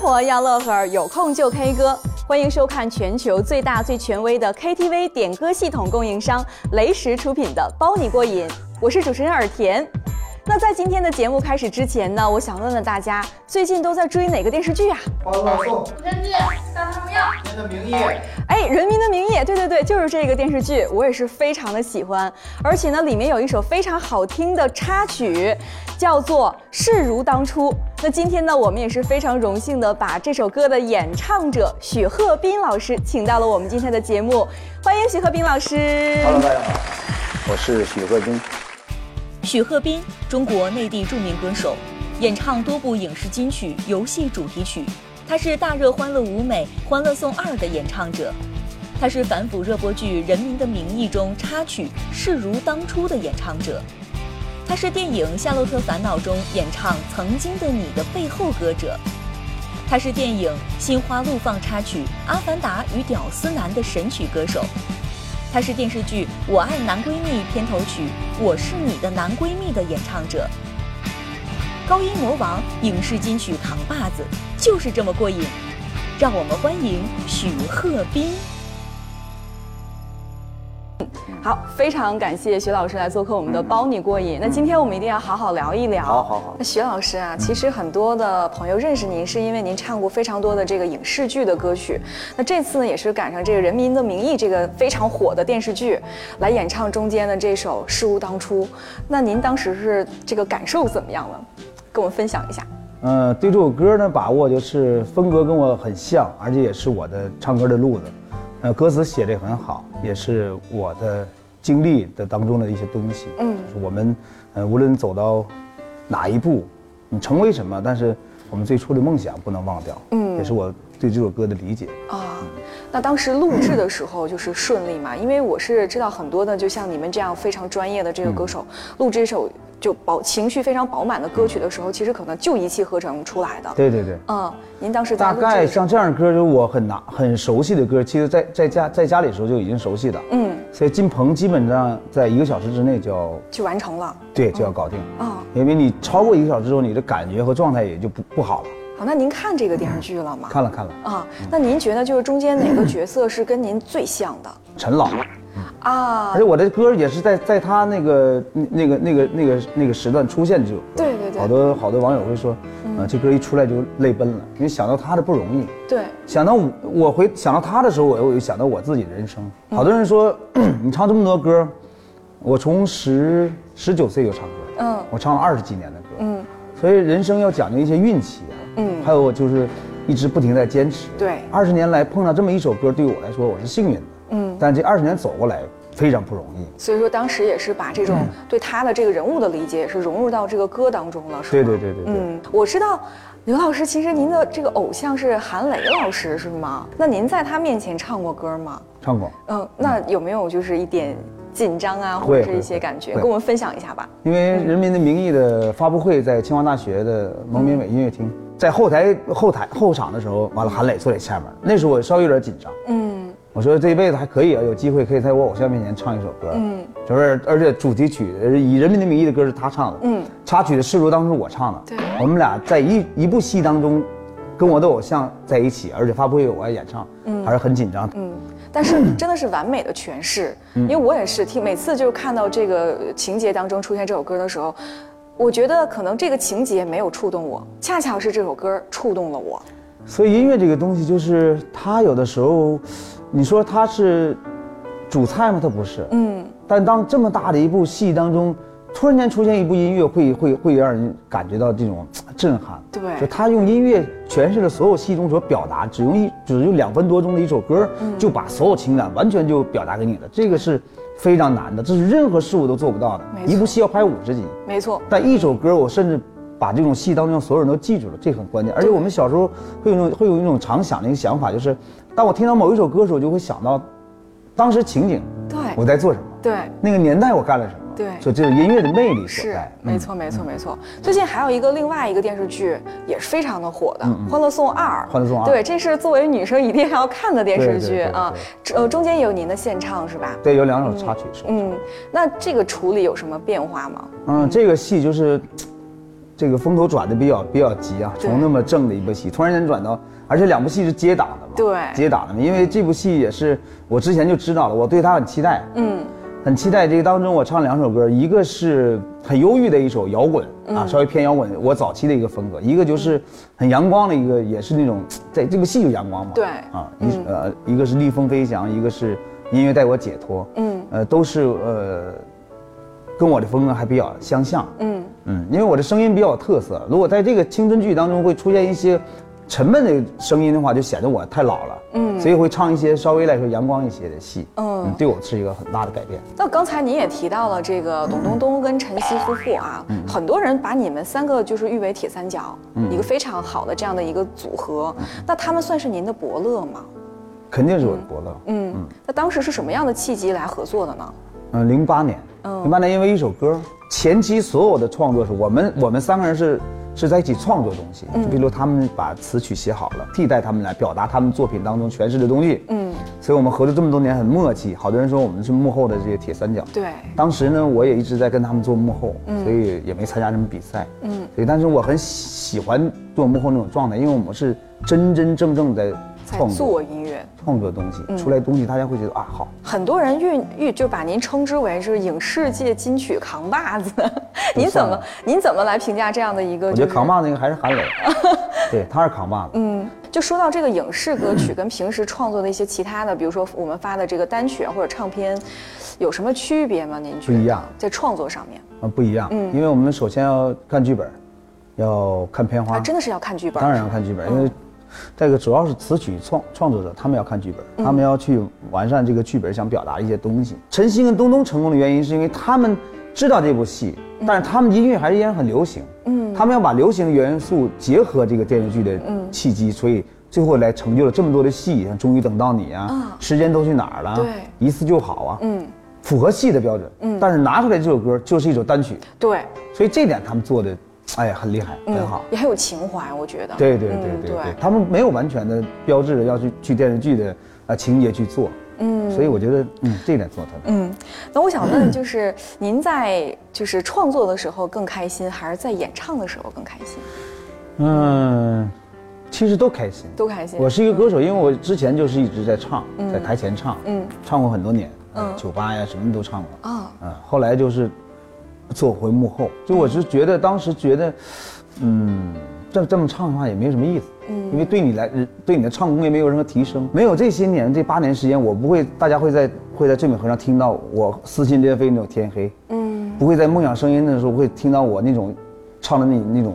活要乐呵，有空就 K 歌。欢迎收看全球最大最权威的 KTV 点歌系统供应商雷石出品的《包你过瘾》，我是主持人尔田。那在今天的节目开始之前呢，我想问问大家，最近都在追哪个电视剧啊？欢乐颂》《真挚大唐荣耀，人的名义》哎，《人民的名义》，对对对，就是这个电视剧，我也是非常的喜欢。而且呢，里面有一首非常好听的插曲，叫做《誓如当初》。那今天呢，我们也是非常荣幸的把这首歌的演唱者许鹤斌老师请到了我们今天的节目，欢迎许鹤斌老师。 Hello，大家好，我是许鹤斌。许鹤斌，中国内地著名歌手，演唱多部影视金曲、游戏主题曲。他是大热《欢乐舞美》《欢乐颂二》的演唱者，他是反腐热播剧《人民的名义》中插曲《视如当初》的演唱者，他是电影《夏洛特烦恼》中演唱《曾经的你》的背后歌者，他是电影《心花怒放》插曲《阿凡达与屌丝男》的神曲歌手。她是电视剧《我爱男闺蜜》片头曲《我是你的男闺蜜》的演唱者，高音魔王、影视金曲扛把子，就是这么过瘾。让我们欢迎许鹤斌。好，非常感谢许老师来做客我们的《包你过瘾》。那今天我们一定要好好聊一聊。嗯好好好那许老师啊，其实很多的朋友认识您，是因为您唱过非常多的这个影视剧的歌曲。那这次呢，也是赶上这个《人民的名义》这个非常火的电视剧，来演唱中间的这首《事如当初》。那您当时是这个感受怎么样呢？跟我们分享一下。呃，对这首歌呢把握就是风格跟我很像，而且也是我的唱歌的路子。呃，歌词写的也很好，也是我的经历的当中的一些东西。嗯就是我们呃无论走到哪一步，你成为什么，但是我们最初的梦想不能忘掉。嗯也是我对这首歌的理解。啊，那当时录制的时候就是顺利嘛？因为我是知道很多的，就像你们这样非常专业的这个歌手，嗯录制一首就饱情绪非常饱满的歌曲的时候，其实可能就一气呵成出来的。对对对。嗯，您当时在大录制的概时候像这样的歌，就是我很拿很熟悉的歌，其实在在家在家里的时候就已经熟悉的。嗯，所以进棚基本上在一个小时之内就要就完成了。对就要搞定。哦，因为你超过一个小时之后，你的感觉和状态也就不不好了。好，那您看这个电视剧了吗？看了看了，啊，那您觉得就是中间哪个角色是跟您最像的陈老，啊而且？我的歌也是在在他那个那个那个那个那个时段出现这首歌。对对对嗯好多好多网友会说，啊、这歌一出来就泪奔了，因为想到他的不容易。对，想到我我回想到他的时候，我又想到我自己的人生。好多人说、 你唱这么多歌，我从十十九岁就唱歌，嗯我唱了二十几年的歌，嗯，所以人生要讲究一些运气啊，嗯还有就是一直不停地在坚持。对二十年来碰到这么一首歌，对我来说我是幸运的，嗯但这二十年走过来非常不容易。所以说当时也是把这嗯种对他的这个人物的理解也是融入到这个歌当中了，是吗？对对对对对，嗯，我知道刘老师，其实您的这个偶像是韩磊老师是吗？那您在他面前唱过歌吗？唱过。嗯，那有没有就是一点紧张啊，或会者是一些会感觉，会跟我们分享一下吧？因为《人民的名义》的发布会在清华大学的蒙民伟音乐厅，嗯在后台后台后场的时候，完了韩磊坐在下面，那时候我稍微有点紧张。嗯，我说这一辈子还可以啊，有机会可以在我偶像面前唱一首歌，嗯嗯，就是而且主题曲呃以《人民的名义》的歌是他唱的，嗯嗯，插曲的《事如》当时我唱的，对我们俩在一一部戏当中，跟我的偶像在一起，而且发布会我还演唱，还是很紧张，嗯，但 是真的是完美的诠释，嗯因为我也是听每次就是看到这个情节当中出现这首歌的时候，我觉得可能这个情节没有触动我，恰巧是这首歌触动了我。所以音乐这个东西，就是它有的时候，你说它是主菜吗？它不是。嗯，但当这么大的一部戏当中，突然间出现一部音乐，会会会让人感觉到这种嘖震撼。对就他用音乐诠释了所有戏中所表达，只用一只用两分多钟的一首歌，嗯就把所有情感完全就表达给你了。这个是非常难的，这是任何事物都做不到的没。错一部戏要拍五十集，没错，但一首歌，我甚至把这种戏当中所有人都记住了，这很关键。而且我们小时候会有一种会有一种常想的一个想法，就是当我听到某一首歌的时候，就会想到当时情景，对我在做什么，对。那个年代我干了什么，对所以这是音乐的魅力所是在，。嗯没错，没错，没错。最近还有一个另外一个电视剧也是非常的火的，《欢乐颂二》。嗯欢乐颂二对，这是作为女生一定要看的电视剧对对对啊。呃，中间也有您的献唱是吧？对，有两首插曲是吧。嗯，那这个处理有什么变化吗？嗯，这个戏就是，这个风头转的比较比较急啊，对从那么正的一部戏，突然间转到，而且两部戏是接档的嘛，对接档的嘛，因为这部戏也是我之前就知道了，我对它很期待，嗯，很期待这个当中，我唱两首歌，一个是很忧郁的一首摇滚嗯啊，稍微偏摇滚，我早期的一个风格；一个就是很阳光的一个，也是那种在这部戏就阳光嘛。对嗯啊，一是呃一个是逆风飞翔，一个是音乐带我解脱，嗯呃都是呃跟我的风格还比较相像，嗯嗯，因为我的声音比较有特色，如果在这个青春剧当中会出现一些沉闷的声音的话，就显得我太老了，嗯，所以会唱一些稍微来说阳光一些的戏，嗯对我是一个很大的改变。那刚才您也提到了这个董冬冬跟陈曦夫妇啊，嗯很多人把你们三个就是誉为铁三角，一个非常好的这样的一个组合。嗯那他们算是您的伯乐吗？肯定是我的伯乐。嗯，那当时是什么样的契机来合作的呢？嗯，零八年，零八年因为一首歌，前期所有的创作是我们我们三个人是是在一起创作东西，嗯就比如他们把词曲写好了，替代他们来表达他们作品当中诠释的东西。嗯，所以我们合作这么多年很默契，好多人说我们是幕后的这些铁三角。对，当时呢，我也一直在跟他们做幕后，嗯所以也没参加什么比赛。嗯，所以但是我很喜喜欢做幕后那种状态，因为我们是真真正正在在创作做嗯音乐，创作东西，出来东西大家会觉得啊好。很多人誉誉就把您称之为是影视界金曲扛把子， 您怎么了您怎么来评价这样的一个、啊我就是？觉得扛把子那个还是韩磊， 对，他是扛把子。嗯，就说到这个影视歌嗯曲跟平时创作的一些其他的，比如说我们发的这个单曲啊或者唱片，有什么区别吗？您觉得不一样在创作上面啊，不一样，嗯因为我们首先要看剧本，要看片花，啊，真的是要看剧本。当然要看剧本，因为这个主要是词曲创创作者，他们要看剧本，他们要去完善这个剧本想表达一些东西。陈曦跟东东成功的原因是因为他们知道这部戏，但是他们音乐还是依然很流行，嗯，他们要把流行元素结合这个电视剧的契机，所以。最后来成就了这么多的戏，像《终于等到你》啊，时间都去哪儿了？对一次就好啊，嗯，符合戏的标准。嗯，但是拿出来这首歌就是一首单曲，对，所以这点他们做的，哎呀，很厉害，嗯很好。也很有情怀，我觉得。对对对嗯对对，他们没有完全的标志着要去去电视剧的呃情节去做，嗯，所以我觉得嗯这一点做得特别好。嗯，那我想问，就是您在就是创作的时候更开心，还是在演唱的时候更开心？嗯，其实都开心，都开心。我是一个歌手，因为我之前就是一直在唱，在台前唱，嗯唱过很多年，呃酒吧呀什么都唱过，啊嗯，后来就是做回幕后，就我是觉得当时觉得，嗯，这这么唱的话也没什么意思，因为对你来呃对你的唱功也没有任何提升，没有这些年这八年时间，我不会大家会在会在最美合上听到我撕心裂肺那种天黑，嗯，不会在梦想声音的时候会听到我那种唱的那那种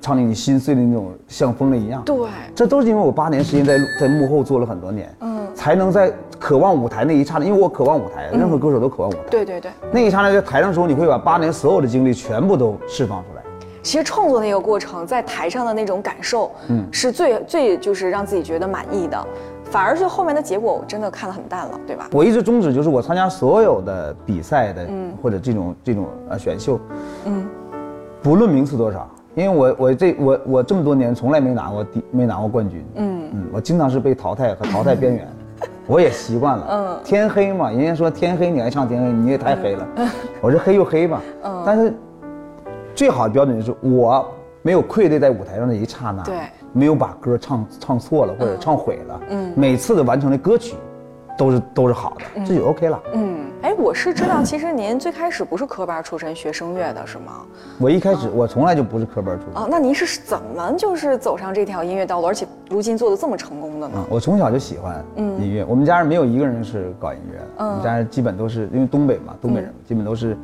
唱的你心碎的那种像疯了一样，对，这都是因为我八年时间在在幕后做了很多年，嗯，才能在渴望舞台那一刹那，因为我渴望舞台，任何歌手都渴望舞台。对对对。那一刹那在台上的时候，你会把八年所有的精力全部都释放出来。其实创作那个过程，在台上的那种感受，嗯，是最最就是让自己觉得满意的，反而就后面的结果，我真的看得很淡了，对吧？我一直宗旨就是我参加所有的比赛的，或者这种这种呃选秀，嗯不论名次多少，因为我我这我我这么多年从来没拿过第没拿过冠军，嗯我经常是被淘汰和淘汰边 缘，我也习惯了，嗯，天黑嘛，人家说天黑你还唱天黑，你也太黑了，我说黑就黑吧，嗯，但是最好的标准就是我没有愧对在舞台上的一刹那，对没有把歌唱唱错了或者唱毁了，嗯，每次的完成的歌曲都是都是好的，这就 OK 了。嗯，哎，我是知道，其实您最开始不是科班出身，学声乐的是吗？我一开始我从来就不是科班出身。啊，那您是怎么就是走上这条音乐道路，而且如今做的这么成功的呢？啊我从小就喜欢音乐，我们家人没有一个人是搞音乐的，我们家人基本都是因为东北嘛，东北人嘛基本都是，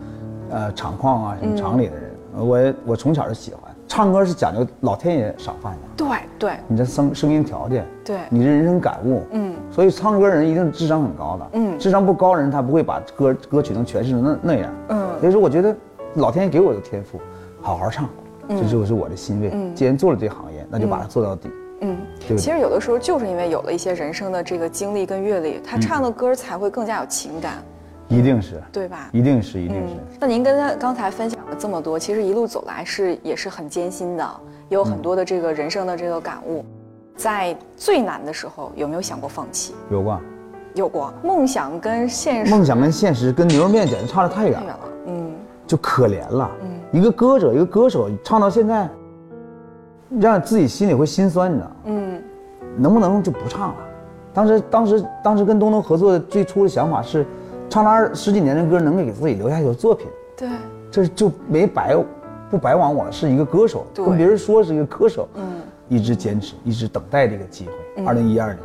呃，厂矿啊什么厂里的人。我我从小就喜欢唱歌，是讲究老天爷赏饭的，对对你这声声音条件，对你这人生感悟，嗯，所以唱歌人一定智商很高的，嗯智商不高的人他不会把歌歌曲能诠释成那那样，嗯，所以说我觉得老天爷给我的天赋，好好唱，这就是我的欣慰。既然做了这行业，那就把它做到底。嗯，对其实有的时候就是因为有了一些人生的这个经历跟阅历，他唱的歌才会更加有情感，一定是，对吧？一定是，一定是。嗯，那您跟他刚才分享了这么多，其实一路走来是也是很艰辛的，也有嗯很多的这个人生的这个感悟。在最难的时候，有没有想过放弃？有过，有过，梦想跟现实梦想跟现实跟牛肉面简直差得太远太远了，了。嗯就可怜了。一个歌者，一个歌手唱到现在，让自己心里会心酸，你知道吗？嗯能不能就不唱了？当时当时当时跟东东合作的最初的想法是，唱了二十几年的歌，能给自己留下一首作品，对，这就没白不白往我是一个歌手，对跟别人说是一个歌手，嗯一直坚持，一直等待这个机会。二零一二年，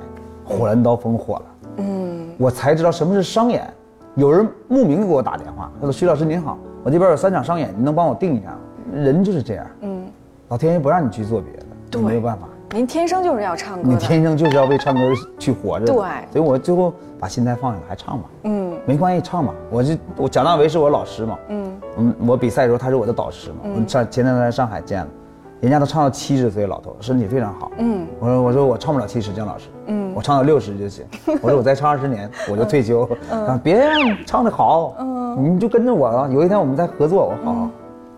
火蓝刀锋火了，嗯我才知道什么是商演。有人慕名给我打电话，他说：“徐老师您好，我这边有三场商演，您能帮我定一下吗？”人就是这样，嗯，老天爷不让你去做别的，对你没有办法。您天生就是要唱歌你的，天生就是要为唱歌去活着的，对所以我最后把心态放下，还唱吧，嗯没关系，唱吧。我就我蒋大为是我老师嘛，嗯，嗯，我比赛的时候他是我的导师嘛，我上前两天在上海见了，人家都唱到七十岁的老头，身体非常好，嗯，我说我说我唱不了七十，姜老师，嗯，我唱到六十就行，我说我再唱二十年我就退休，啊，别唱的好，嗯，你就跟着我了，有一天我们再合作，我好好，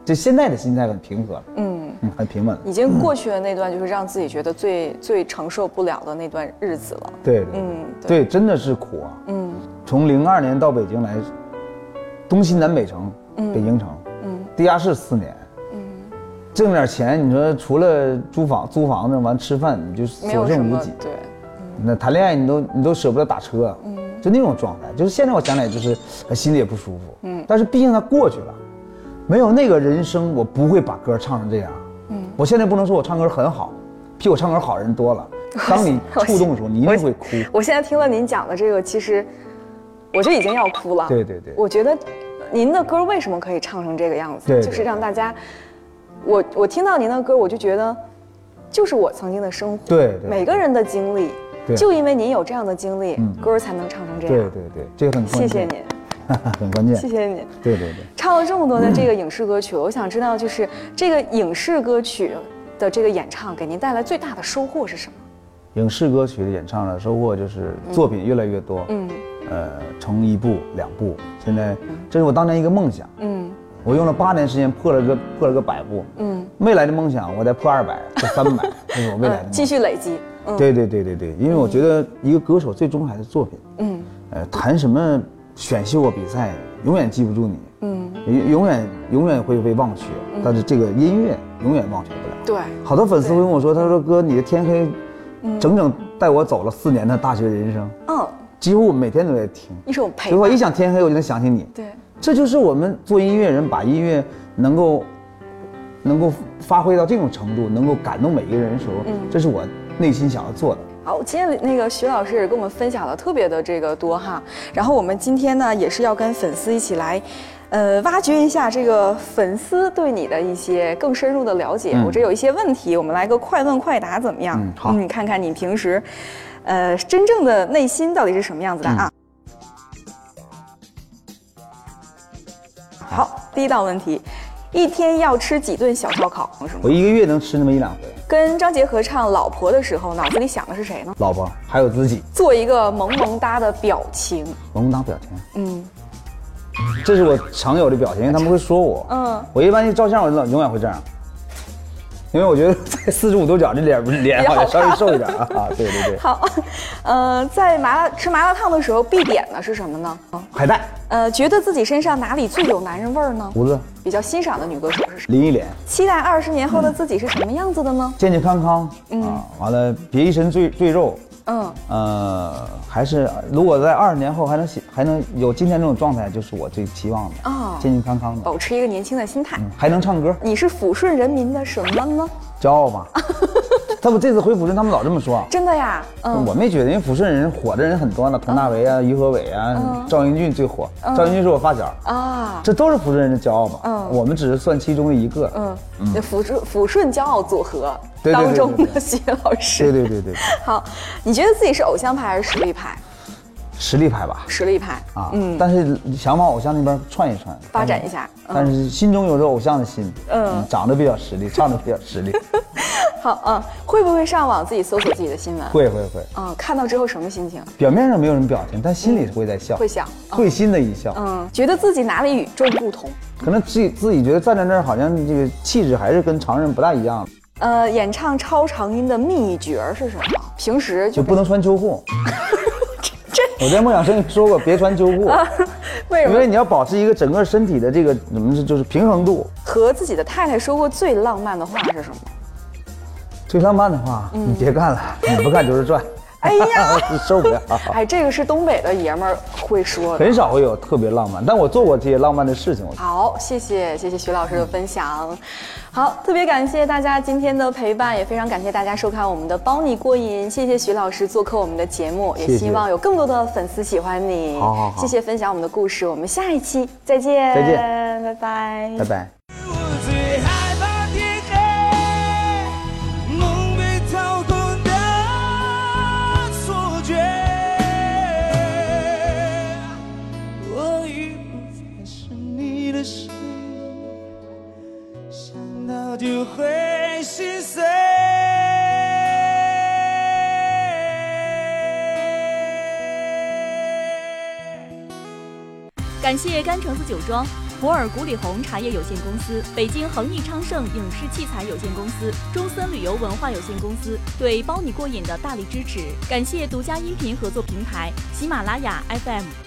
就现在的心态很平和了，嗯，嗯，很平稳了，已经过去的那段就是让自己觉得最最承受不了的那段日子了。对对嗯，对，对，真的是苦啊，嗯从零二年到北京来，东西南北城，北京城，嗯地下室四年，挣点钱，你说除了租房租房子完吃饭，你就没所有什剩无么嗯几。对，那谈恋爱你都你都舍不得打车，嗯就那种状态。就是现在我想起来，就是呃心里也不舒服。嗯但是毕竟它过去了，没有那个人生，我不会把歌唱成这样。嗯我现在不能说我唱歌很好，比我唱歌好人多了。当你 我触动的时候，你一定会哭。我现在听了您讲的这个，其实我就已经要哭了。对对对我觉得您的歌为什么可以唱成这个样子？对对就是让大家，我我听到您的歌，我就觉得，就是我曾经的生活，对对每个人的经历，对就因为您有这样的经历，嗯歌才能唱成这对样。对对，这个很关谢键。啊谢您，很关键。谢谢您。对对对，唱了这么多的这个影视歌曲，我想知道，就是这个影视歌曲的这个演唱给您带来最大的收获是什么？影视歌曲的演唱的收获就是作品越来越多，嗯呃，成一部两部，现在这是我当年一个梦想，嗯我用了八年时间破了个破了个百部，嗯未来的梦想我再破 二百，破三百，这是我未来的嗯，梦继想。续累积。嗯对对对对对，因为我觉得一个歌手最终还是作品，嗯呃，谈什么选秀啊比赛，永远记不住你，嗯，永永远永远会被忘却，但是这个音乐永远忘却不了。对，好多粉丝会跟我说，他说哥，你的天黑，整整带我走了四年的大学人生，嗯，几乎我每天都在听。一种陪所以我一伴。想天黑，我就能想起你。对，这就是我们做音乐人把音乐能够能够发挥到这种程度，能够感动每一个人的时候，嗯这是我内心想要做的。好，今天那个徐老师也跟我们分享了特别的这个多哈，然后我们今天呢也是要跟粉丝一起来。呃，挖掘一下这个粉丝对你的一些更深入的了解。我这有一些问题，我们来个快问快答，怎么样？嗯好看看你平时，呃，真正的内心到底是什么样子的啊？嗯好，第一道问题，一天要吃几顿小烧烤？是吗我一个月能吃那么一两回，跟张杰合唱《老婆》的时候，脑子里想的是谁呢？老婆还有自己，做一个萌萌哒的表情。我们当表情。嗯这是我常有的表情，因为他们会说我。嗯嗯，我一般一照相，我老永远会这样，因为我觉得在 四十五度角这脸不是脸好像稍微瘦一点啊。啊对对对，好， 呃，在麻辣吃麻辣烫的时候，必点的是什么呢？海带、呃，觉得自己身上哪里最有男人味儿呢？胡子、比较欣赏的女歌手是谁？林忆莲，期待二十年后的自己是什么样子的呢？健健康康。啊，完了，别一身赘赘肉。嗯，呃，还是如果在二十年后还能写还能有今天这种状态，就是我最期望的。哦健健康康的，保持一个年轻的心态。还能唱歌，你是抚顺人民的什么呢？骄傲吧。他们这次回抚顺，他们老这么说。啊真的呀，嗯，我没觉得，因为抚顺人火的人很多呢，佟大为啊、于和伟啊、嗯赵英俊最火，赵英俊是我发小，啊，这都是抚顺人的骄傲嘛。嗯我们只是算其中的一个。嗯，那抚顺抚顺骄傲组合对对对当中对的徐老师。 对对对对，好，你觉得自己是偶像派还是实力派？实力派吧。实力派啊，嗯，但是想往偶像那边窜一窜，发展一下嗯但是心中有着偶像的心，嗯长得比较实力，唱的比较实力，好，嗯，会不会上网自己搜索自己的新闻？会会会，嗯，看到之后什么心情？表面上没有什么表情，但心里会在笑，嗯会笑会心的一笑。嗯，觉得自己哪里与众不同？可能自己自己觉得站在那儿，好像这个气质还是跟常人不大一样，呃，演唱超长音的秘诀是什么？平时就就不能穿秋裤。我在梦想声说过，别穿秋裤，为什因么为你要保持一个整个身体的这个怎么是就是平衡度，和自己的太太说过最浪漫的话是什么？最浪漫的话，你别干了，你不干就是赚。嗯哎 呀，受不了。哎，这个是东北的爷们儿会说的。很少会有特别浪漫，但我做过这些浪漫的事情。我好，谢谢谢谢徐老师的分享。好，特别感谢大家今天的陪伴，也非常感谢大家收看我们的《包你过瘾》，谢谢徐老师做客我们的节目，也谢谢希望有更多的粉丝喜欢你。好好好谢谢分享我们的故事，我们下一期再见。再见，拜拜。拜拜。我最害怕天黑，梦被掏空的错觉，我已不再是你的谁，想到就会心碎。感谢甘橙子酒庄、博尔古里红茶叶有限公司、北京恒益昌盛影视器材有限公司、中森旅游文化有限公司对“包你过瘾”的大力支持。感谢独家音频合作平台喜马拉雅 FM。